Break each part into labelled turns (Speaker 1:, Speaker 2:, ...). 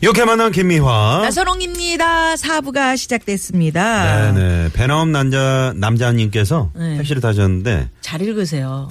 Speaker 1: 이렇게 만난 김미화.
Speaker 2: 나선홍입니다. 사부가 시작됐습니다.
Speaker 1: 네네. 배나움 남자, 남자님께서
Speaker 2: 네.
Speaker 1: 택시를 타셨는데
Speaker 2: 잘 읽으세요.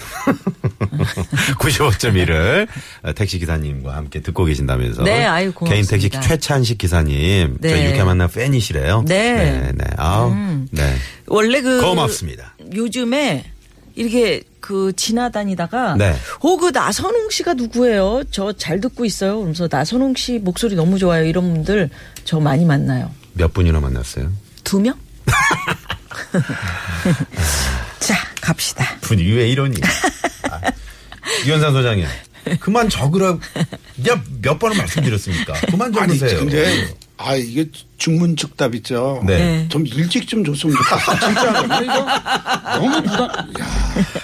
Speaker 1: 95.1을 택시 기사님과 함께 듣고 계신다면서.
Speaker 2: 네, 아유, 고맙습니다.
Speaker 1: 개인 택시 최찬식 기사님.
Speaker 2: 네.
Speaker 1: 저희 이렇게 만난 팬이시래요.
Speaker 2: 네. 음.
Speaker 1: 네. 아우. 네.
Speaker 2: 원래 그
Speaker 1: 고맙습니다.
Speaker 2: 요즘에 이렇게 그 지나다니다가
Speaker 1: 네.
Speaker 2: 어그 나선홍 씨가 누구예요? 저 잘 듣고 있어요. 그러면서 나선홍 씨 목소리 너무 좋아요. 이런 분들 저 많이 만나요.
Speaker 1: 몇 분이나 만났어요?
Speaker 2: 두 명? 자 갑시다.
Speaker 1: 분이 왜 이러니? 아, 유현상 소장님. 그만 적으라. 야, 몇 번을 말씀드렸습니까? 그만
Speaker 3: 아니
Speaker 1: 적으세요.
Speaker 3: 근데 아 이게 중문즉답 있죠.
Speaker 1: 네.
Speaker 3: 좀 일찍 좀 줬으면 좋겠어. 진짜로. 근데 이거 너무 부담. 야,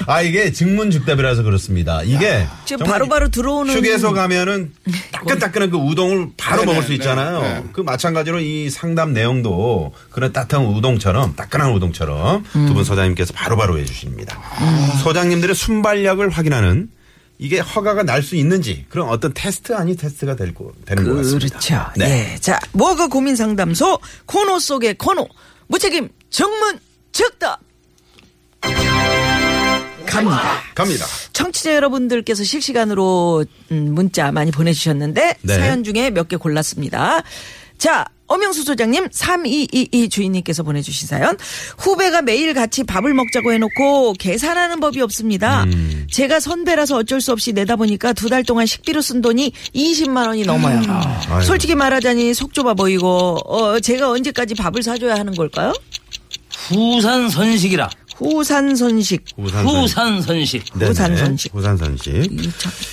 Speaker 1: 아, 이게 증문즉답이라서 그렇습니다. 이게.
Speaker 2: 지금
Speaker 1: 정말
Speaker 2: 바로바로 들어오는
Speaker 1: 휴게소 가면은 따끈따끈한 그 우동을 바로
Speaker 3: 네네,
Speaker 1: 먹을 수
Speaker 3: 네,
Speaker 1: 있잖아요.
Speaker 3: 네.
Speaker 1: 그 마찬가지로 이 상담 내용도 그런 따뜻한 우동처럼 따끈한 우동처럼
Speaker 2: 음.
Speaker 1: 두 분 소장님께서 바로바로 해주십니다. 소장님들의 순발력을 확인하는 이게 허가가 날 수 있는지 그런 어떤 테스트 아니 테스트가 될 거, 되는 것 같습니다.
Speaker 2: 그렇죠.
Speaker 1: 네.
Speaker 2: 예. 자, 뭐그 고민 상담소 코너 속의 코너 무책임 정문 즉답 갑니다.
Speaker 1: 갑니다.
Speaker 2: 청취자 여러분들께서 실시간으로 음, 문자 많이 보내주셨는데
Speaker 1: 네.
Speaker 2: 사연 중에 몇 개 골랐습니다. 자. 엄영수 소장님 3222 주인님께서 보내주신 사연 후배가 매일 같이 밥을 먹자고 해놓고 계산하는 법이 없습니다.
Speaker 1: 음.
Speaker 2: 제가 선배라서 어쩔 수 없이 내다 보니까 두 달 동안 식비로 쓴 돈이 20만 원이 넘어요.
Speaker 1: 음. 아이고.
Speaker 2: 솔직히 말하자니 속 좁아 보이고 어, 제가 언제까지 밥을 사줘야 하는 걸까요?
Speaker 4: 후산선식이라.
Speaker 2: 후산손식
Speaker 1: 후산선식.
Speaker 4: 후산선식. 네.
Speaker 1: 네네.
Speaker 2: 후산선식.
Speaker 1: 후산선식.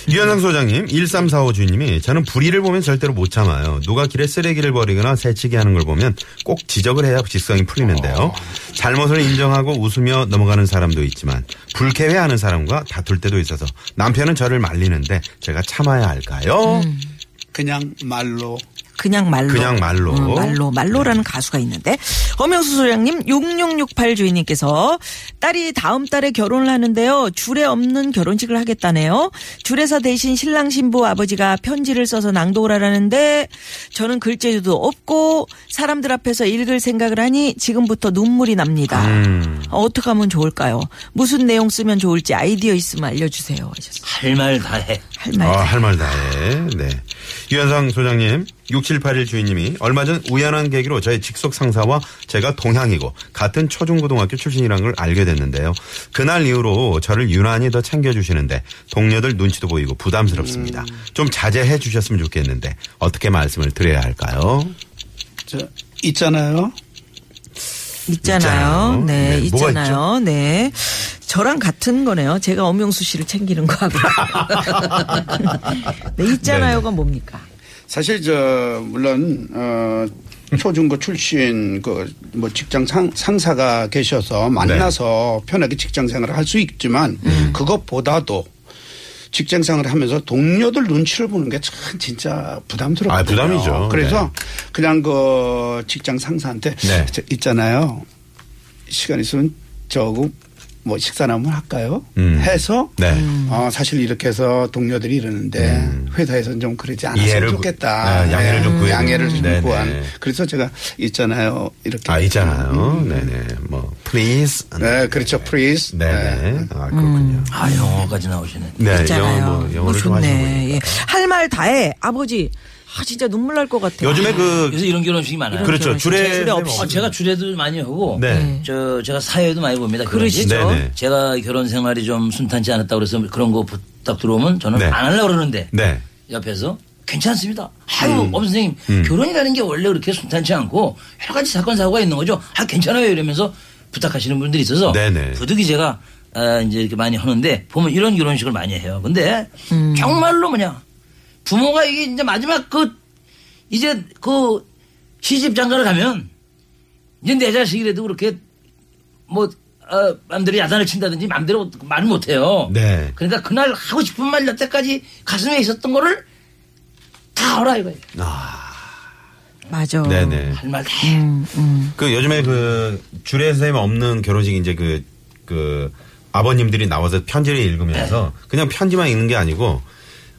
Speaker 1: 유현상 소장님, 1345 주인님이 저는 불의를 보면 절대로 못 참아요. 누가 길에 쓰레기를 버리거나 새치기 하는 걸 보면 꼭 지적을 해야 직성이
Speaker 4: 어.
Speaker 1: 풀리는데요. 잘못을 인정하고 웃으며 넘어가는 사람도 있지만 불쾌해하는 사람과 다툴 때도 있어서 남편은 저를 말리는데 제가 참아야 할까요?
Speaker 4: 음.
Speaker 3: 그냥 말로
Speaker 2: 그냥 말로.
Speaker 1: 그냥 말로. 네.
Speaker 2: 음, 말로. 말로라는 가수가 있는데. 엄영수 소장님, 6668 주인님께서 딸이 다음 달에 결혼을 하는데요. 줄에 없는 결혼식을 하겠다네요. 줄에서 대신 신랑 신부 아버지가 편지를 써서 낭독을 하라는데 저는 글재주도 없고 사람들 앞에서 읽을 생각을 하니 지금부터 눈물이 납니다.
Speaker 1: 음.
Speaker 2: 어떻게 하면 좋을까요? 무슨 내용 쓰면 좋을지 아이디어 있으면 알려주세요. 하셨어요.
Speaker 4: 할 말 다해.
Speaker 2: 할 말.
Speaker 1: 아, 할 말 다해. 네. 유현상 소장님, 6781 주인님이 얼마 전 우연한 계기로 저의 직속 상사와 제가 동향이고 같은 초중고등학교 출신이라는 걸 알게 됐는데요. 그날 이후로 저를 유난히 더 챙겨주시는데 동료들 눈치도 보이고 부담스럽습니다.
Speaker 2: 음.
Speaker 1: 좀 자제해 주셨으면 좋겠는데 어떻게 말씀을 드려야 할까요?
Speaker 3: 저 있잖아요.
Speaker 1: 있잖아요.
Speaker 2: 있잖아요. 네,
Speaker 1: 네, 뭐가
Speaker 2: 있잖아요. 네. 저랑 같은 거네요. 제가 엄영수 씨를 챙기는 거하고. 네, 있잖아요가 뭡니까?
Speaker 3: 사실 저 물론 어 초중고 출신 그 뭐 직장 상, 상사가 계셔서
Speaker 1: 네.
Speaker 3: 만나서 편하게 직장 생활을 할 수 있지만
Speaker 1: 음.
Speaker 3: 그것보다도 직장 생활을 하면서 동료들 눈치를 보는 게 참 진짜 부담스럽거든요.
Speaker 1: 아, 부담이죠.
Speaker 3: 그래서 그냥 그 직장 상사한테
Speaker 1: 네.
Speaker 3: 저 있잖아요. 시간 있으면 저하고 뭐 식사나 한번 할까요?
Speaker 1: 음.
Speaker 3: 해서
Speaker 1: 네.
Speaker 3: 어, 사실 이렇게 해서 동료들이 이러는데
Speaker 1: 음.
Speaker 3: 회사에서는 아, 좀 그러지 않았으면
Speaker 1: 이해를 구-
Speaker 3: 좋겠다. 네,
Speaker 1: 아, 양해를 좀 구해야
Speaker 3: 양해를 좀
Speaker 1: 되는데. 네네.
Speaker 3: 구한. 그래서 제가 있잖아요. 이렇게. 음.
Speaker 1: 아,
Speaker 2: 음.
Speaker 1: 있잖아요. 네네. 뭐, please.
Speaker 3: 네, 그렇죠. 프리스.
Speaker 1: 네네. 아, 그렇군요.
Speaker 4: 아, 영어까지 나오시네.
Speaker 1: 네,
Speaker 2: 음. 있잖아요.
Speaker 1: 영어 뭐, 영어를 좀 하시는 거니까.
Speaker 2: 좋네. 예. 할 말 다해. 아버지. 아, 진짜 눈물 날 것 같아요.
Speaker 1: 요즘에 그
Speaker 4: 그래서 이런 결혼식이 많아요.
Speaker 1: 그렇죠. 줄에
Speaker 2: 줄에 없이.
Speaker 4: 아, 제가 주례도 많이 하고.
Speaker 1: 네.
Speaker 4: 저, 제가 사회도 많이 봅니다.
Speaker 2: 그러시죠.
Speaker 4: 결혼식.
Speaker 1: 네네.
Speaker 4: 제가 결혼 생활이 좀 순탄치 않았다 그래서 그런 거 부탁 들어오면 저는
Speaker 1: 네.
Speaker 4: 안 하려고 그러는데.
Speaker 1: 네.
Speaker 4: 옆에서 괜찮습니다. 아유,
Speaker 1: 음.
Speaker 4: 엄 선생님, 결혼이라는 게 원래 그렇게 순탄치 않고 여러 가지 사건 사고가 있는 거죠. 아, 괜찮아요. 이러면서 부탁하시는 분들이 있어서
Speaker 1: 네네.
Speaker 4: 부득이 제가 아, 이제 이렇게 많이 하는데 보면 이런 결혼식을 많이 해요. 근데 정말로 뭐냐 부모가 이게 이제 마지막 그 이제 그 시집 장가를 가면 이제 내 자식이라도 그렇게 뭐 어, 마음대로 야단을 친다든지 마음대로 말을
Speaker 2: 어.
Speaker 4: 못해요.
Speaker 1: 네.
Speaker 4: 그러니까 그날 하고 싶은 말 여태까지 가슴에 있었던 거를 다 하라 이거예요.
Speaker 2: 맞아.
Speaker 1: 네네.
Speaker 4: 할 말 다 해.
Speaker 1: 그 요즘에 그 주례 선생님 없는 결혼식 이제 그 그 아버님들이 나와서 편지를 읽으면서 그냥 편지만 읽는 게 아니고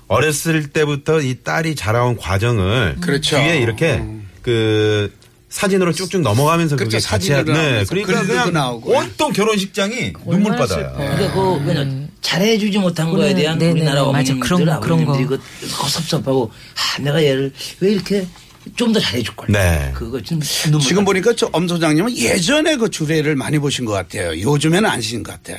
Speaker 1: 어렸을 때부터 이 딸이 자라온 과정을
Speaker 3: 그렇죠.
Speaker 1: 뒤에 이렇게 그 사진으로 쭉쭉 넘어가면서
Speaker 3: 그렇죠.
Speaker 1: 그게 같이
Speaker 3: 사진으로
Speaker 1: 하- 네.
Speaker 3: 하면서
Speaker 1: 그러니까
Speaker 3: 글도
Speaker 1: 그냥
Speaker 3: 나오고.
Speaker 1: 온통 결혼식장이 눈물바다야.
Speaker 4: 그러니까 그 뭐냐 잘해주지 못한 거에
Speaker 2: 음. 그거는
Speaker 4: 대한
Speaker 2: 네네,
Speaker 4: 우리나라
Speaker 2: 맞아.
Speaker 4: 어머님들
Speaker 2: 그런 거, 그런 거.
Speaker 4: 아버님들이 그 섭섭하고 아 내가 얘를 왜 이렇게 좀 더 잘해줄 걸.
Speaker 1: 네. 뭐-
Speaker 4: 그거 좀 눈물.
Speaker 3: 지금 보니까 저 엄 소장님은 예전에 그 주례를 많이 보신 것 같아요. 요즘에는 안 시는 것 같아요.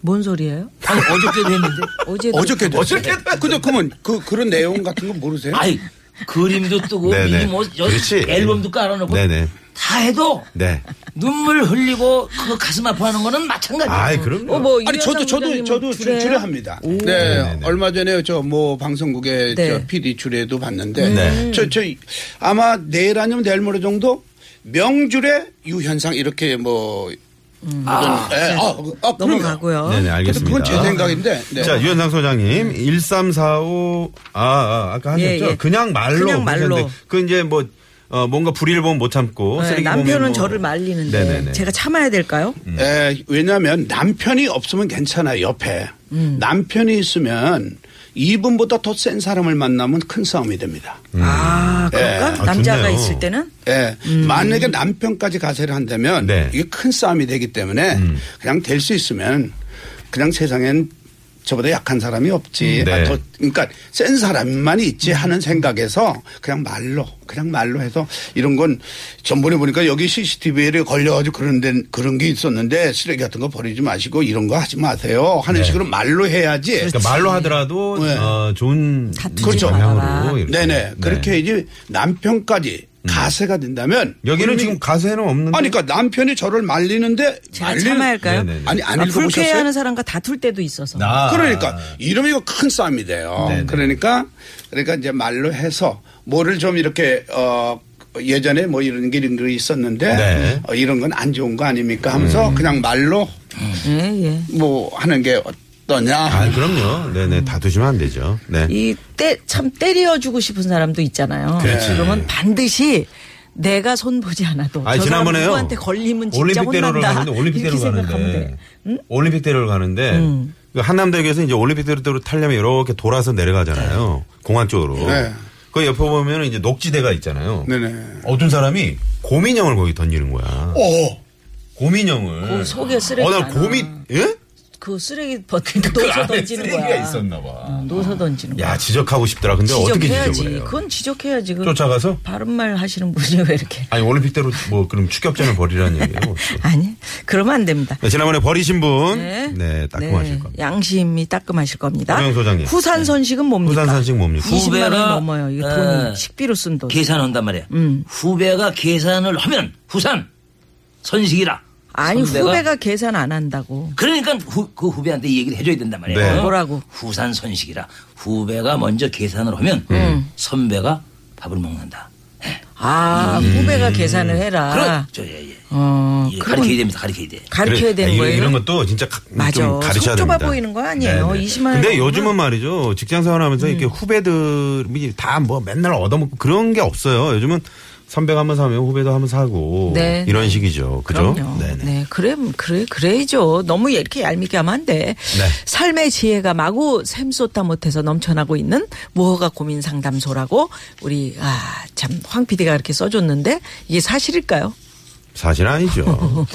Speaker 2: 뭔 소리예요?
Speaker 4: 아니 어저께도 했는데.
Speaker 2: 어제도
Speaker 3: 어저께도. 어저께도. 근데 그러면 그, 그런 내용 같은 거 모르세요?
Speaker 4: 아이 그림도 뜨고
Speaker 1: 네네.
Speaker 4: 이게 뭐 여-
Speaker 1: 그렇지.
Speaker 4: 앨범도 깔아놓고
Speaker 1: 네네.
Speaker 4: 다 해도
Speaker 1: 네.
Speaker 4: 눈물 흘리고 그 가슴 아파하는 거는 마찬가지예요.
Speaker 1: 아이 그럼요.
Speaker 2: 어, 뭐
Speaker 3: 아니 저도 저도 저도 주- 주례 합니다. 네, 얼마 전에 저 뭐 방송국에
Speaker 2: 네. 음.
Speaker 3: 저 PD 주례도 봤는데
Speaker 1: 네.
Speaker 3: 저 저 아마 내일 아니면 내일 모레 정도 명주례 유현상 이렇게 뭐 아, 예, 아, 아, 그럼요.
Speaker 2: 음. 넘어가고요.
Speaker 1: 네네 알겠습니다.
Speaker 3: 그건 제 생각인데. 네.
Speaker 1: 자, 유현상 소장님, 1345, 아, 아 아까 하셨죠?
Speaker 2: 음. 예, 예.
Speaker 1: 그냥 말로.
Speaker 2: 그냥 말로.
Speaker 1: 그러셨는데 그 이제 뭐, 어, 뭔가 불의를 보면 못 참고.
Speaker 2: 네,
Speaker 1: 쓰레기 보면
Speaker 2: 남편은
Speaker 1: 뭐-
Speaker 2: 저를 말리는데
Speaker 1: 네네네. 음.
Speaker 2: 제가 참아야 될까요?
Speaker 3: 에, 예, 왜냐하면 남편이 없으면 괜찮아요 옆에
Speaker 2: 음.
Speaker 3: 남편이 있으면 이분보다 더 센 사람을 만나면 큰 싸움이 됩니다.
Speaker 2: 아 그런가?
Speaker 1: 아,
Speaker 2: 남자가
Speaker 1: 좋네요.
Speaker 2: 있을 때는
Speaker 3: 예. 만약에 남편까지 가세를 한다면
Speaker 1: 음. 네. 음.
Speaker 3: 이게 큰 싸움이 되기 때문에 그냥 될 수 있으면 그냥 세상엔 저보다 약한 사람이 없지.
Speaker 1: 음,
Speaker 3: 아,
Speaker 1: 네. 음.
Speaker 3: 더, 그러니까 센 사람만 있지 하는 생각에서 그냥 말로 그냥 말로 해서 이런 건 전번에 보니까 여기 CCTV에 걸려가지고 그런 데 그런 게 있었는데 쓰레기 같은 거 버리지 마시고 이런 거 하지 마세요 하는 식으로 말로 해야지.
Speaker 1: 네. 그러니까 말로 하더라도,
Speaker 3: 네.
Speaker 1: 어, 좋은.
Speaker 2: 다투지
Speaker 1: 이제
Speaker 2: 말아라.
Speaker 1: 방향으로. 이렇게.
Speaker 3: 그렇죠. 네네 그렇게
Speaker 1: 네. 음.
Speaker 3: 이제 남편까지 가세가 된다면
Speaker 1: 여기는 지금 가세는 없는데.
Speaker 3: 아니, 그러니까 남편이 저를 말리는데
Speaker 2: 제가 참아야 할까요?
Speaker 1: 네네네.
Speaker 3: 아니 안
Speaker 2: 아,
Speaker 3: 읽어보셨어요?
Speaker 2: 불쾌해하는 사람과 다툴 때도 있어서
Speaker 1: 아.
Speaker 3: 그러니까 이러면 이거 큰 싸움이 돼요.
Speaker 1: 네네.
Speaker 3: 그러니까 그러니까 이제 말로 해서 뭐를 좀 이렇게 어 예전에 뭐 이런 게 이런 게 있었는데
Speaker 1: 네. 음.
Speaker 3: 어, 이런 건 안 좋은 거 아닙니까 하면서 그냥 말로
Speaker 2: 예, 예.
Speaker 3: 뭐 하는 게 어떠냐.
Speaker 1: 아, 그럼요. 네네.
Speaker 2: 음.
Speaker 1: 다투시면 안 되죠. 네.
Speaker 2: 이때참 때려주고 싶은 사람도 있잖아요.
Speaker 1: 그렇지.
Speaker 2: 그러면 반드시 내가 손 보지 않아도
Speaker 1: 아니,
Speaker 2: 저 사람
Speaker 1: 지난번에요.
Speaker 2: 누구한테 걸리면 진짜
Speaker 1: 올림픽대로를
Speaker 2: 혼난다.
Speaker 1: 가는데 올림픽대로
Speaker 2: 이렇게 생각하면
Speaker 1: 가는데
Speaker 2: 돼. 음.
Speaker 1: 올림픽대로를 가는데 그 한남대교에서 이제 올림픽대로 타려면 이렇게 돌아서 내려가잖아요. 공항 쪽으로.
Speaker 3: 네.
Speaker 1: 그 옆에 보면 이제 녹지대가 있잖아요.
Speaker 3: 네네.
Speaker 1: 어떤 사람이 곰인형을 거기 던지는 거야.
Speaker 3: 어.
Speaker 1: 곰인형을.
Speaker 2: 그 속에 쓰레기
Speaker 1: 어, 나
Speaker 2: 많아.
Speaker 1: 곰이 예? 그
Speaker 2: 그 쓰레기 버튼 놓서 던지는
Speaker 1: 쓰레기가
Speaker 2: 거야. 어,
Speaker 1: 있었나 봐.
Speaker 2: 놓서 던지는 거야.
Speaker 1: 야 지적하고 싶더라. 근데 어떻게
Speaker 2: 지적해야지.
Speaker 1: 지적을 해요?
Speaker 2: 그건 지적해야지. 그
Speaker 1: 쫓아가서?
Speaker 2: 바른 말 하시는 분이 왜 이렇게?
Speaker 1: 아니 올림픽대로 뭐 그럼 축격전을 벌이라는 얘기예요. 혹시?
Speaker 2: 아니, 그러면 안 됩니다.
Speaker 1: 네, 지난번에 버리신 분, 네, 따끔하실
Speaker 2: 네,
Speaker 1: 겁니다.
Speaker 2: 양심이 따끔하실 겁니다.
Speaker 1: 고명 소장님. 네.
Speaker 2: 후산 선식은 뭡니까?
Speaker 1: 후산 선식 뭡니까?
Speaker 2: 20만 원이
Speaker 4: 후배가,
Speaker 2: 넘어요. 이거 돈이
Speaker 4: 에,
Speaker 2: 식비로 쓴 돈.
Speaker 4: 계산한단 말이야.
Speaker 2: 음.
Speaker 4: 후배가 계산을 하면 후산 선식이라.
Speaker 2: 아니
Speaker 4: 선배가-
Speaker 2: 후배가 계산 안 한다고.
Speaker 4: 그러니까 후, 그 후배한테 이 얘기를 해줘야 된단 말이에요. 어?
Speaker 1: 네.
Speaker 2: 뭐라고?
Speaker 4: 후산 선식이라. 후배가 먼저 계산을 하면
Speaker 1: 음.
Speaker 2: 음.
Speaker 4: 선배가 밥을 먹는다.
Speaker 2: 아 후배가 계산을 해라.
Speaker 4: 그렇죠. 예, 예.
Speaker 2: 어,
Speaker 4: 예,
Speaker 2: 아. 그럼
Speaker 4: 가르쳐야 됩니다. 가르쳐야 돼.
Speaker 2: 가르쳐야
Speaker 1: 그래, 아,
Speaker 2: 되는
Speaker 1: 이런-
Speaker 2: 거예요.
Speaker 1: 이런 것도 진짜 가,
Speaker 2: 맞아.
Speaker 1: 좀 가르쳐야
Speaker 2: 속 좁아
Speaker 1: 됩니다. 네,
Speaker 2: 보이는 거 아니에요. 20만 원 음.
Speaker 1: 근데
Speaker 2: 정도는.
Speaker 1: 요즘은 말이죠. 직장 생활하면서 이렇게 후배들이 다 뭐 맨날 얻어먹고 그런 게 없어요. 요즘은 선배가 한번 사면 후배도 한번 사고
Speaker 2: 네,
Speaker 1: 이런 식이죠. 그죠?
Speaker 2: 그럼요.
Speaker 1: 네네.
Speaker 2: 네, 그래, 그래, 그래야죠. 너무 이렇게 얄밉게 하면 안 돼.
Speaker 1: 네.
Speaker 2: 삶의 지혜가 마구 샘솟다 못해서 넘쳐나고 있는 무허가 고민 상담소라고 우리 아 참 황 PD가 이렇게 써줬는데 이게 사실일까요?
Speaker 1: 사실 아니죠.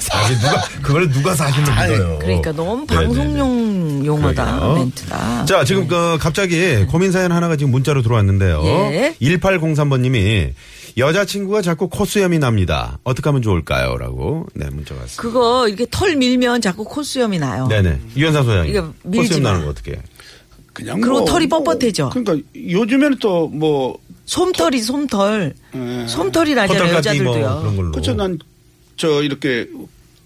Speaker 1: 사실 누가 그걸 누가 사실로 믿어요.
Speaker 2: 그러니까 너무
Speaker 1: 네네네.
Speaker 2: 방송용 용어다
Speaker 1: 그러게요.
Speaker 2: 아, 멘트다.
Speaker 1: 자, 지금 그 갑자기 고민 사연 하나가 지금 문자로 들어왔는데요.
Speaker 2: 예.
Speaker 1: 1803번님이 여자친구가 자꾸 코수염이 납니다. 어떻게 하면 좋을까요? 라고 네 문자가 왔습니다.
Speaker 2: 그거 이렇게 털 밀면 자꾸 콧수염이 나요.
Speaker 1: 네네. 유현상
Speaker 2: 그- 이거
Speaker 1: 소장님.
Speaker 2: 밀지
Speaker 1: 코수염
Speaker 2: 마.
Speaker 1: 나는 거 어떻게?
Speaker 3: 그냥
Speaker 2: 그리고
Speaker 3: 뭐-
Speaker 2: 털이 뻣뻣해져.
Speaker 3: 그러니까 요즘에는 또뭐
Speaker 2: 솜털이 솜털.
Speaker 3: 예.
Speaker 2: 솜털이 나잖아요,
Speaker 1: 콧털까지 뭐
Speaker 2: 여자들도요.
Speaker 1: 그런 걸로.
Speaker 3: 그렇죠. 난 저 이렇게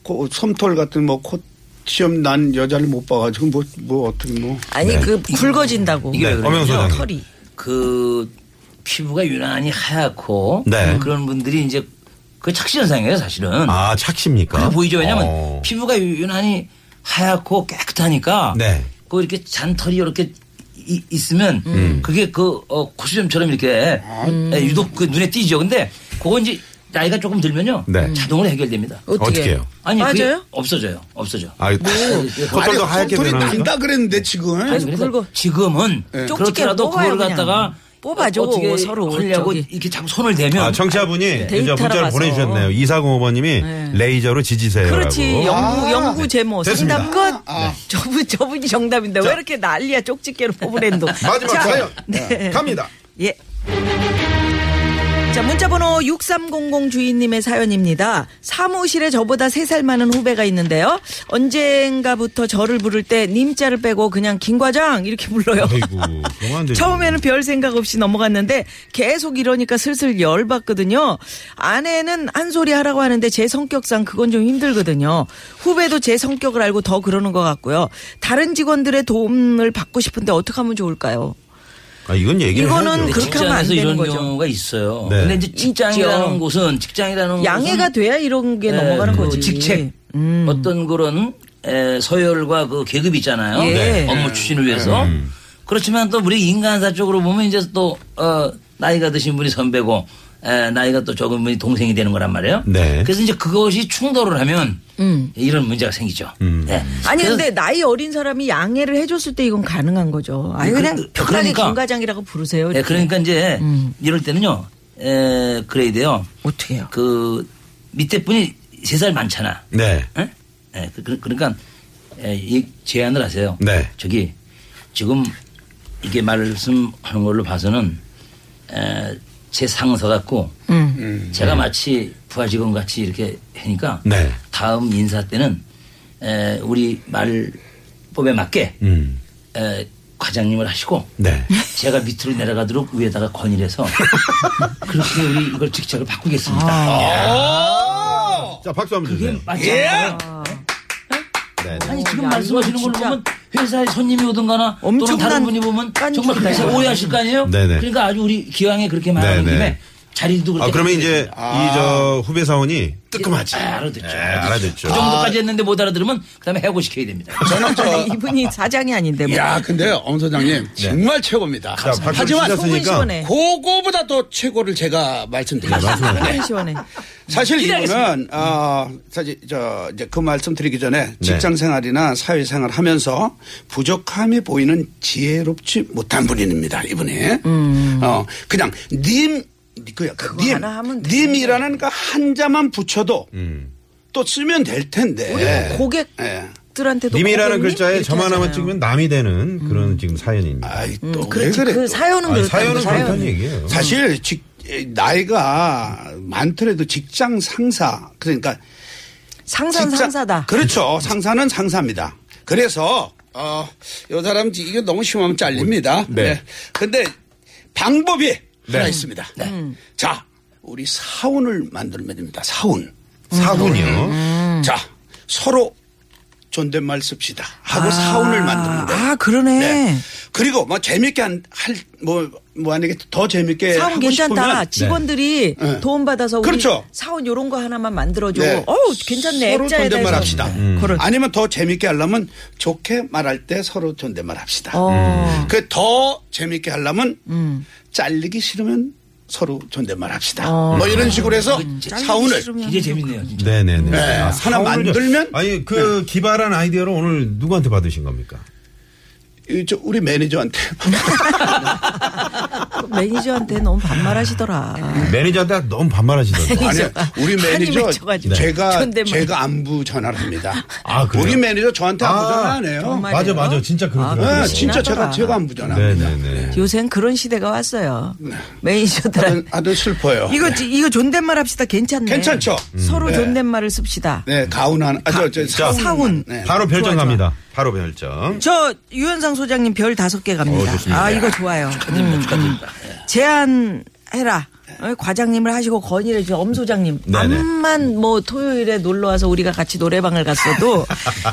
Speaker 3: 코- 솜털 같은 뭐 코, 시험 난 여자를 못 봐가지고 뭐 뭐 어떻게 뭐
Speaker 2: 아니 그 굵어진다고.
Speaker 4: 이게 왜
Speaker 1: 네, 엄영
Speaker 4: 그러냐면
Speaker 1: 소장님.
Speaker 2: 털이.
Speaker 4: 그 피부가 유난히 하얗고
Speaker 1: 네.
Speaker 4: 그런 분들이 이제 그 착시현상이에요 사실은.
Speaker 1: 아, 착시입니까?
Speaker 4: 그래 보이죠. 왜냐면
Speaker 1: 어.
Speaker 4: 피부가 유- 유난히 하얗고 깨끗하니까
Speaker 1: 네.
Speaker 4: 그 이렇게 잔털이 이렇게 이- 있으면
Speaker 1: 음.
Speaker 4: 그게 그 어, 고수점처럼 이렇게 예, 유독 그 눈에 띄죠. 근데 그거 이제 나이가 조금 들면요.
Speaker 1: 네.
Speaker 4: 자동으로 해결됩니다.
Speaker 2: 어떻게?
Speaker 1: 어떻게 해요?
Speaker 4: 아니 그게
Speaker 2: 맞아요?
Speaker 4: 없어져요. 없어져.
Speaker 1: 아,
Speaker 2: 뭐
Speaker 1: 콧털도 하얗게
Speaker 3: 소리
Speaker 1: 변하는
Speaker 3: 난다 그랬는데 지금
Speaker 4: 아니, 그래서
Speaker 2: 긁어. 네.
Speaker 4: 지금은
Speaker 2: 쪽집게
Speaker 4: 그렇더라도
Speaker 2: 뽑아요,
Speaker 4: 그걸
Speaker 2: 그냥.
Speaker 4: 갖다가
Speaker 2: 뽑아줘,
Speaker 4: 어떻게
Speaker 2: 서로.
Speaker 4: 하려고
Speaker 2: 저기.
Speaker 4: 이렇게 자꾸 손을 대면
Speaker 1: 아, 청취자분이 이제
Speaker 2: 네. 데이터라
Speaker 1: 문자를
Speaker 2: 봐서.
Speaker 1: 보내주셨네요. 2405번님이 레이저로 지지세요.
Speaker 2: 그렇지
Speaker 1: 라고. 아,
Speaker 2: 연구 연구 제모
Speaker 1: 됐습니다. 네.
Speaker 2: 상담 끝.
Speaker 3: 아.
Speaker 2: 저분 저분이 정답인데 왜 이렇게 난리야 쪽집게로 뽑으랜도.
Speaker 1: 마지막 사연.
Speaker 2: 네.
Speaker 1: 갑니다.
Speaker 2: 예. 자, 문자번호 6300 주인님의 사연입니다. 사무실에 저보다 3살 많은 후배가 있는데요. 언젠가부터 저를 부를 때 님자를 빼고 그냥 김과장 이렇게 불러요.
Speaker 1: 아이고, 그러면 안 되죠.
Speaker 2: 처음에는 별 생각 없이 넘어갔는데 계속 이러니까 슬슬 열받거든요. 아내는 한 소리 하라고 하는데 제 성격상 그건 좀 힘들거든요. 후배도 제 성격을 알고 더 그러는 것 같고요. 다른 직원들의 도움을 받고 싶은데 어떻게 하면 좋을까요?
Speaker 1: 아, 이건 얘기를
Speaker 2: 이거는
Speaker 1: 해야죠.
Speaker 2: 그렇게 하면 안
Speaker 4: 직장에서
Speaker 2: 되는
Speaker 4: 이런
Speaker 2: 거죠.
Speaker 4: 경우가 있어요.
Speaker 1: 네.
Speaker 4: 근데 이제 직장이라는
Speaker 2: 있죠.
Speaker 4: 곳은 직장이라는
Speaker 2: 양해가
Speaker 4: 곳은,
Speaker 2: 돼야 이런 게
Speaker 4: 예,
Speaker 2: 넘어가는
Speaker 4: 그
Speaker 2: 거지.
Speaker 4: 직책
Speaker 2: 음.
Speaker 4: 어떤 그런 에, 서열과 그 계급 있잖아요.
Speaker 2: 예. 네.
Speaker 4: 업무 추진을 위해서. 그렇지만 또 우리 인간사 쪽으로 보면 이제 또 어, 나이가 드신 분이 선배고 에, 나이가 또 적은 분이 동생이 되는 거란 말이에요.
Speaker 1: 네.
Speaker 4: 그래서 이제 그것이 충돌을 하면 이런 문제가 생기죠. 네.
Speaker 2: 음. 아니
Speaker 4: 그래서
Speaker 2: 근데 나이 어린 사람이 양해를 해줬을 때 이건 가능한 거죠. 아니
Speaker 4: 그-
Speaker 2: 그냥
Speaker 4: 그-
Speaker 2: 편하게
Speaker 4: 그러니까.
Speaker 2: 김 과장이라고 부르세요.
Speaker 4: 네,
Speaker 2: 이렇게.
Speaker 4: 그러니까 이제
Speaker 2: 음.
Speaker 4: 이럴 때는요. 에, 그래야 돼요.
Speaker 2: 어떻게 해요?
Speaker 4: 그 밑에 분이 세 살 많잖아.
Speaker 1: 네.
Speaker 4: 예? 예, 그, 그, 그러니까 예, 이 제안을 하세요.
Speaker 1: 네.
Speaker 4: 저기 지금 이게 말씀하는 걸로 봐서는 에, 제 상사 같고
Speaker 2: 음.
Speaker 4: 제가 마치 부하 직원 같이 이렇게 하니까
Speaker 1: 네.
Speaker 4: 다음 인사 때는 에, 우리 말법에 맞게
Speaker 1: 음.
Speaker 4: 에, 과장님을 하시고
Speaker 1: 네.
Speaker 4: 제가 밑으로 내려가도록 위에다가 건의를 해서 그렇게 우리 이걸 직책을 바꾸겠습니다.
Speaker 1: 아.
Speaker 4: 예.
Speaker 1: 자, 박수 한번 주세요.
Speaker 4: 맞지 않나요?
Speaker 1: 예. 네.
Speaker 4: 아니 지금
Speaker 2: 어, 야,
Speaker 4: 말씀하시는
Speaker 2: 이건
Speaker 4: 걸로
Speaker 2: 진짜
Speaker 4: 보면 회사에 손님이 오든가나 또는
Speaker 2: 엄청난
Speaker 4: 다른 분이 보면 정말
Speaker 2: 깐죽이다,
Speaker 4: 회사
Speaker 2: 이거.
Speaker 4: 오해하실 거 아니에요?
Speaker 1: 네네.
Speaker 4: 그러니까 아주 우리 기왕에 그렇게 말하는
Speaker 1: 네네.
Speaker 4: 김에 자리도 그렇게
Speaker 1: 아, 그러면
Speaker 4: 해주세요.
Speaker 1: 이제 이 저 후배 사원이 뜨끔하지.
Speaker 4: 아, 알아듣죠.
Speaker 1: 예,
Speaker 4: 그
Speaker 1: 알아듣죠.
Speaker 4: 정도까지 했는데 못 알아들으면 그다음에 해고시켜야 됩니다.
Speaker 2: 아니, 이분이 사장이 아닌데 뭐.
Speaker 3: 야 근데 엄 소장님 정말 최고입니다
Speaker 1: 네. 자, 박수
Speaker 3: 하지만
Speaker 1: 치셨으니까.
Speaker 2: 속은 시원해.
Speaker 3: 그거보다 더 최고를
Speaker 1: 네,
Speaker 3: 제가 말씀드리겠습니다 네.
Speaker 2: 속은 아, 시원해.
Speaker 3: 사실 이거는 아 사실 저 이제 그 말씀 드리기 전에 직장 생활이나 사회 생활 하면서 부족함이 보이는 지혜롭지 못한 분입니다 이분이 어 그냥 님 그야 님
Speaker 2: 음. 하나 하면 되는데.
Speaker 3: 님이라는 그 한자만 붙여도
Speaker 1: 음.
Speaker 3: 또 쓰면 될 텐데
Speaker 2: 우리 뭐
Speaker 3: 예.
Speaker 2: 고객들한테도
Speaker 1: 님이라는
Speaker 2: 고객님?
Speaker 1: 글자에
Speaker 2: 이렇게
Speaker 1: 점 하나만
Speaker 2: 하잖아요.
Speaker 1: 찍으면 남이 되는 그런 지금 사연입니다.
Speaker 3: 아이
Speaker 2: 음,
Speaker 3: 또왜
Speaker 2: 그렇지.
Speaker 3: 그래
Speaker 2: 그
Speaker 3: 또.
Speaker 2: 사연은
Speaker 1: 아니,
Speaker 2: 그렇다.
Speaker 1: 사연은 그렇다는 얘기예요.
Speaker 3: 사실 직, 나이가 많더라도 직장 상사 그러니까
Speaker 2: 상사는
Speaker 3: 직장-
Speaker 2: 상사다.
Speaker 3: 그렇죠. 상사는 상사입니다. 그래서 어, 요 사람 지- 이거 너무 심하면 잘립니다.
Speaker 1: 네.
Speaker 3: 네. 근데 방법이 하나 있습니다.
Speaker 4: 네.
Speaker 2: 음.
Speaker 3: 자, 우리 사운을 만들면 됩니다. 사운.
Speaker 1: 음. 사군이요.
Speaker 2: 음.
Speaker 3: 자, 서로 존댓말 씁시다. 하고 사운을 만드는데.
Speaker 2: 아 그러네.
Speaker 3: 네. 그리고 뭐 재밌게 한, 할, 뭐, 뭐 아니게 더 재밌게.
Speaker 2: 사원
Speaker 3: 하고
Speaker 2: 괜찮다.
Speaker 3: 싶으면
Speaker 2: 직원들이
Speaker 3: 네.
Speaker 2: 도움받아서 우리
Speaker 3: 그렇죠.
Speaker 2: 사원 요런 거 하나만 만들어줘.
Speaker 3: 네.
Speaker 2: 어우 괜찮네. 그렇죠.
Speaker 3: 서로
Speaker 2: 액자에다
Speaker 3: 존댓말
Speaker 2: 해서.
Speaker 3: 합시다. 음.
Speaker 2: 그런.
Speaker 3: 아니면 더 재밌게 하려면 좋게 말할 때 서로 존댓말 합시다.
Speaker 2: 어. 음.
Speaker 3: 그 더 재밌게 하려면 잘리기 싫으면 서로 존댓말 합시다.
Speaker 2: 어.
Speaker 3: 뭐 이런 식으로 해서 사운을
Speaker 4: 이게 재밌네요. 진짜.
Speaker 1: 네네네. 아,
Speaker 3: 네, 하나
Speaker 1: 사원을
Speaker 3: 만들면?
Speaker 1: 아니 그 기발한 아이디어를 오늘 누구한테 받으신 겁니까?
Speaker 3: 이 저 우리 매니저한테
Speaker 2: 그 매니저한테 너무
Speaker 4: 네.
Speaker 2: 반말하시더라. 어,
Speaker 1: 매니저한테 너무 반말하시던데.
Speaker 3: 아니 우리
Speaker 2: 한이
Speaker 3: 매니저
Speaker 2: 맺혀가지고.
Speaker 3: 제가
Speaker 2: 존댓말.
Speaker 3: 제가 안부 전화를 합니다.
Speaker 1: 아, 그래요?
Speaker 3: 우리 매니저 저한테 안부
Speaker 1: 아,
Speaker 3: 전화 안 해요.
Speaker 2: 정말.
Speaker 1: 맞아
Speaker 2: 말이에요?
Speaker 1: 맞아 진짜 그렇더라고요.
Speaker 3: 네, 진짜 제가
Speaker 2: 지나더라.
Speaker 3: 제가 네. 안부 전화합니다.
Speaker 1: 네네네.
Speaker 2: 요새는 그런 시대가 왔어요. 매니저들한테.
Speaker 3: 아들 아들 슬퍼요.
Speaker 2: 이거 지- 이거 존댓말 합시다. 괜찮네.
Speaker 3: 어,
Speaker 2: 음.
Speaker 3: 괜찮죠?
Speaker 2: 서로
Speaker 3: 네.
Speaker 2: 존댓말을 씁시다.
Speaker 3: 네 가운 하나 아저저
Speaker 2: 자, 사운.
Speaker 3: 네.
Speaker 1: 바로 별점
Speaker 2: 좋아, 좋아.
Speaker 1: 갑니다. 바로 별점.
Speaker 2: 저 유현상 소장님 별 다섯 개 갑니다.
Speaker 1: 어, 좋습니다.
Speaker 2: 아 이거 좋아요.
Speaker 4: 축하드립니다. 축하드립니다.
Speaker 2: 제안해라. 어, 과장님을 하시고 건의를 주엄 소장님
Speaker 1: 네네.
Speaker 2: 암만 뭐 토요일에 놀러 와서 우리가 같이 노래방을 갔어도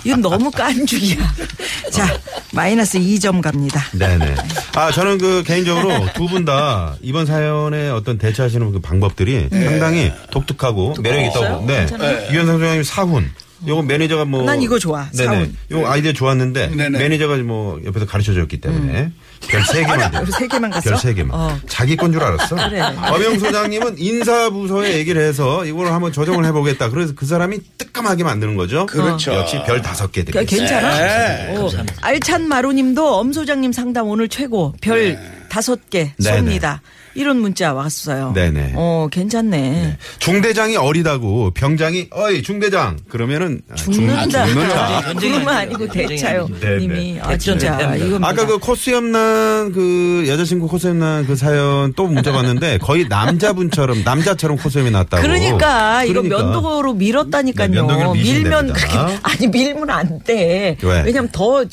Speaker 2: 이건 너무 깐죽이야. 자 마이너스 2점 갑니다.
Speaker 1: 네네. 아 저는 그 개인적으로 두 분 다 이번 사연에 어떤 대처하시는 그 방법들이 상당히 독특하고 매력 있다고. 네.
Speaker 2: 네. 괜찮아요?
Speaker 1: 유현상 소장님 사훈. 요거 매니저가 뭐.
Speaker 2: 난 이거 좋아,
Speaker 1: 네네.
Speaker 2: 사훈.
Speaker 1: 요 아이디어 좋았는데
Speaker 3: 네네.
Speaker 1: 매니저가 뭐 옆에서 가르쳐 줬기 때문에 별 세 개만. 줘.
Speaker 2: 음. 세 개만 갔어?
Speaker 1: 별 세 개만.
Speaker 2: 어.
Speaker 1: 자기 건 줄 알았어.
Speaker 2: 그래.
Speaker 1: 엄영 소장님은 인사부서에 얘기를 해서 이걸 한번 조정을 해보겠다. 그래서 그 사람이 뜨끔하게 만드는 거죠.
Speaker 3: 그렇죠.
Speaker 1: 역시 별 다섯 개
Speaker 2: 그-
Speaker 1: 드리겠습니다.
Speaker 2: 괜찮아?
Speaker 4: 네,
Speaker 2: 어,
Speaker 4: 감사합니다.
Speaker 2: 알찬 마루님도 엄 소장님 상담 오늘 최고 별 다섯 개
Speaker 1: 네네.
Speaker 2: 쏩니다. 이런 문자 왔어요.
Speaker 1: 네네.
Speaker 2: 어 괜찮네.
Speaker 1: 중대장이 어리다고 병장이 어이 중대장 그러면은 아, 중-
Speaker 2: 죽는다.
Speaker 1: 죽는다. 아,
Speaker 2: 그런 건 아니고
Speaker 4: 전쟁이
Speaker 2: 대차요.
Speaker 4: 아니고.
Speaker 1: 네네.
Speaker 2: 님이. 아,
Speaker 4: 대전
Speaker 2: 진짜.
Speaker 4: 대패입니다.
Speaker 2: 이겁니다.
Speaker 1: 아까 그 코수염난 그 여자친구 코수염난 그 사연 또 문자 봤는데 거의 남자분처럼 남자처럼 코수염이 났다고.
Speaker 2: 그러니까 이거
Speaker 1: 어, 그러니까.
Speaker 2: 면도로 밀었다니까요.
Speaker 1: 네, 면도기로 밀시면
Speaker 2: 밀면 그렇게
Speaker 1: 됩니다.
Speaker 2: 아니 밀면 안 돼.
Speaker 1: 왜?
Speaker 2: 왜냐면 더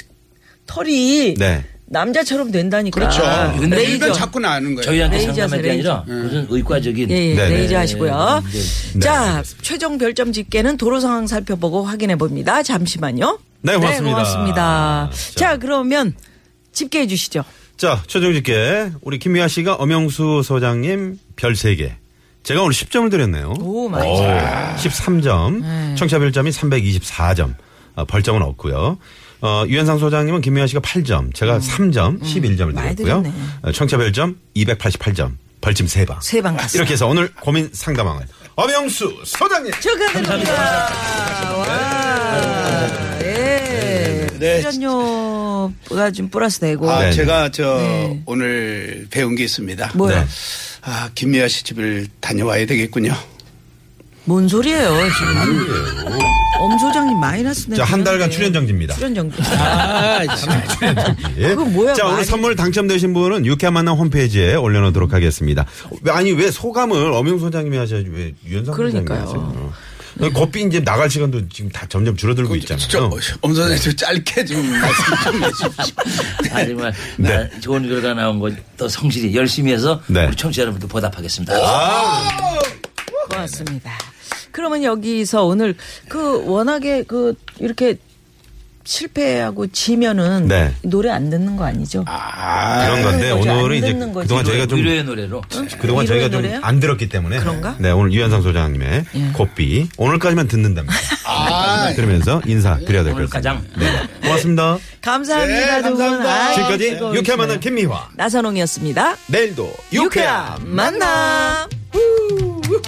Speaker 2: 털이
Speaker 1: 네.
Speaker 2: 남자처럼 된다니까. 아,
Speaker 3: 그렇죠.
Speaker 4: 근데
Speaker 3: 일단
Speaker 2: 레이저.
Speaker 3: 자꾸 나는 거예요.
Speaker 4: 저희한테
Speaker 2: 레이저세요,
Speaker 4: 상담할 게 아니라 무슨 의과적인
Speaker 2: 예, 예,
Speaker 1: 네, 네.
Speaker 2: 레이저 하시고요.
Speaker 4: 네.
Speaker 2: 자, 최종 별점 집계는 도로 상황 살펴보고 확인해 봅니다. 잠시만요.
Speaker 1: 네, 고맙습니다.
Speaker 2: 고맙습니다.
Speaker 1: 자.
Speaker 2: 자, 그러면 집계해 주시죠.
Speaker 1: 자 최종 집계 우리 김미아 씨가 엄영수 소장님 별 세 개. 제가 오늘 10점을 드렸네요.
Speaker 2: 오, 많이
Speaker 1: 어, 13점.
Speaker 2: 네.
Speaker 1: 청취자 별점이 324점. 어, 벌점은 없고요. 어, 유현상 소장님은 김미아 씨가 8점, 제가 3점, 11점을
Speaker 2: 음. 많이
Speaker 1: 드렸고요.
Speaker 2: 드렸네.
Speaker 1: 어, 청취자 별점 288점, 벌점 3방.
Speaker 2: 세 방 갔어요.
Speaker 1: 이렇게 해서 오늘 고민 상담왕은 엄영수 소장님.
Speaker 2: 축하드립니다. 와. 예.
Speaker 3: 네.
Speaker 2: 출연료보다 좀 플러스 되고.
Speaker 3: 아,
Speaker 1: 네, 네.
Speaker 3: 제가 저
Speaker 2: 네.
Speaker 3: 오늘 배운 게 있습니다.
Speaker 2: 뭐야?
Speaker 1: 네.
Speaker 3: 아, 김미아 씨 집을 다녀와야 되겠군요.
Speaker 2: 뭔 소리예요, 지금. 엄 소장님 마이너스 내.
Speaker 1: 자, 한 달간 출연정지입니다.
Speaker 2: 출연정.
Speaker 1: 아, 예.
Speaker 2: 그건 뭐야,
Speaker 1: 자, 오늘
Speaker 2: 말이.
Speaker 1: 선물 당첨되신 분은 유쾌한 만남 홈페이지에 올려놓도록 하겠습니다. 왜- 아니, 왜 소감을 엄영 소장님이 하셔야지, 왜 유현상 소장님이
Speaker 2: 그러니까요.
Speaker 1: 하세요? 어. 고삐 이제 나갈 시간도 지금 다 점점 줄어들고
Speaker 3: 저,
Speaker 1: 있잖아요.
Speaker 3: 엄선생 좀 짧게 좀 말씀 좀 해주십시오.
Speaker 4: 아, 정말 나 좋은 결과 나온 거 또 성실히 열심히 해서
Speaker 1: 네. 아,
Speaker 4: 우리 청취자 여러분들 보답하겠습니다.
Speaker 2: 고맙습니다. 그러면 여기서 오늘 그 워낙에 그 이렇게 실패하고 지면은
Speaker 1: 네.
Speaker 2: 노래 안 듣는 거 아니죠?
Speaker 1: 그런 건데
Speaker 2: 거지,
Speaker 1: 오늘은
Speaker 2: 안
Speaker 1: 이제
Speaker 2: 듣는 거지.
Speaker 1: 그동안 저희가 좀
Speaker 4: 위로의 노래로
Speaker 1: 그동안 저희가
Speaker 2: 위로의
Speaker 1: 좀
Speaker 2: 노래요?
Speaker 1: 안 들었기 때문에
Speaker 2: 그런가? 예.
Speaker 1: 네 오늘 유현상 소장님의 고삐 오늘까지만 듣는답니다. 그러면서 인사 드려야 될
Speaker 4: 오늘
Speaker 1: 것 같습니다.
Speaker 4: 가장
Speaker 1: 네, 고맙습니다.
Speaker 2: 감사합니다,
Speaker 3: 네,
Speaker 2: 두 분.
Speaker 3: 감사합니다.
Speaker 2: 아이,
Speaker 1: 지금까지
Speaker 2: 즐거우시네요.
Speaker 1: 유쾌한 만남 김미화
Speaker 2: 나선홍이었습니다.
Speaker 1: 내일도
Speaker 2: 유쾌한 만남. 후.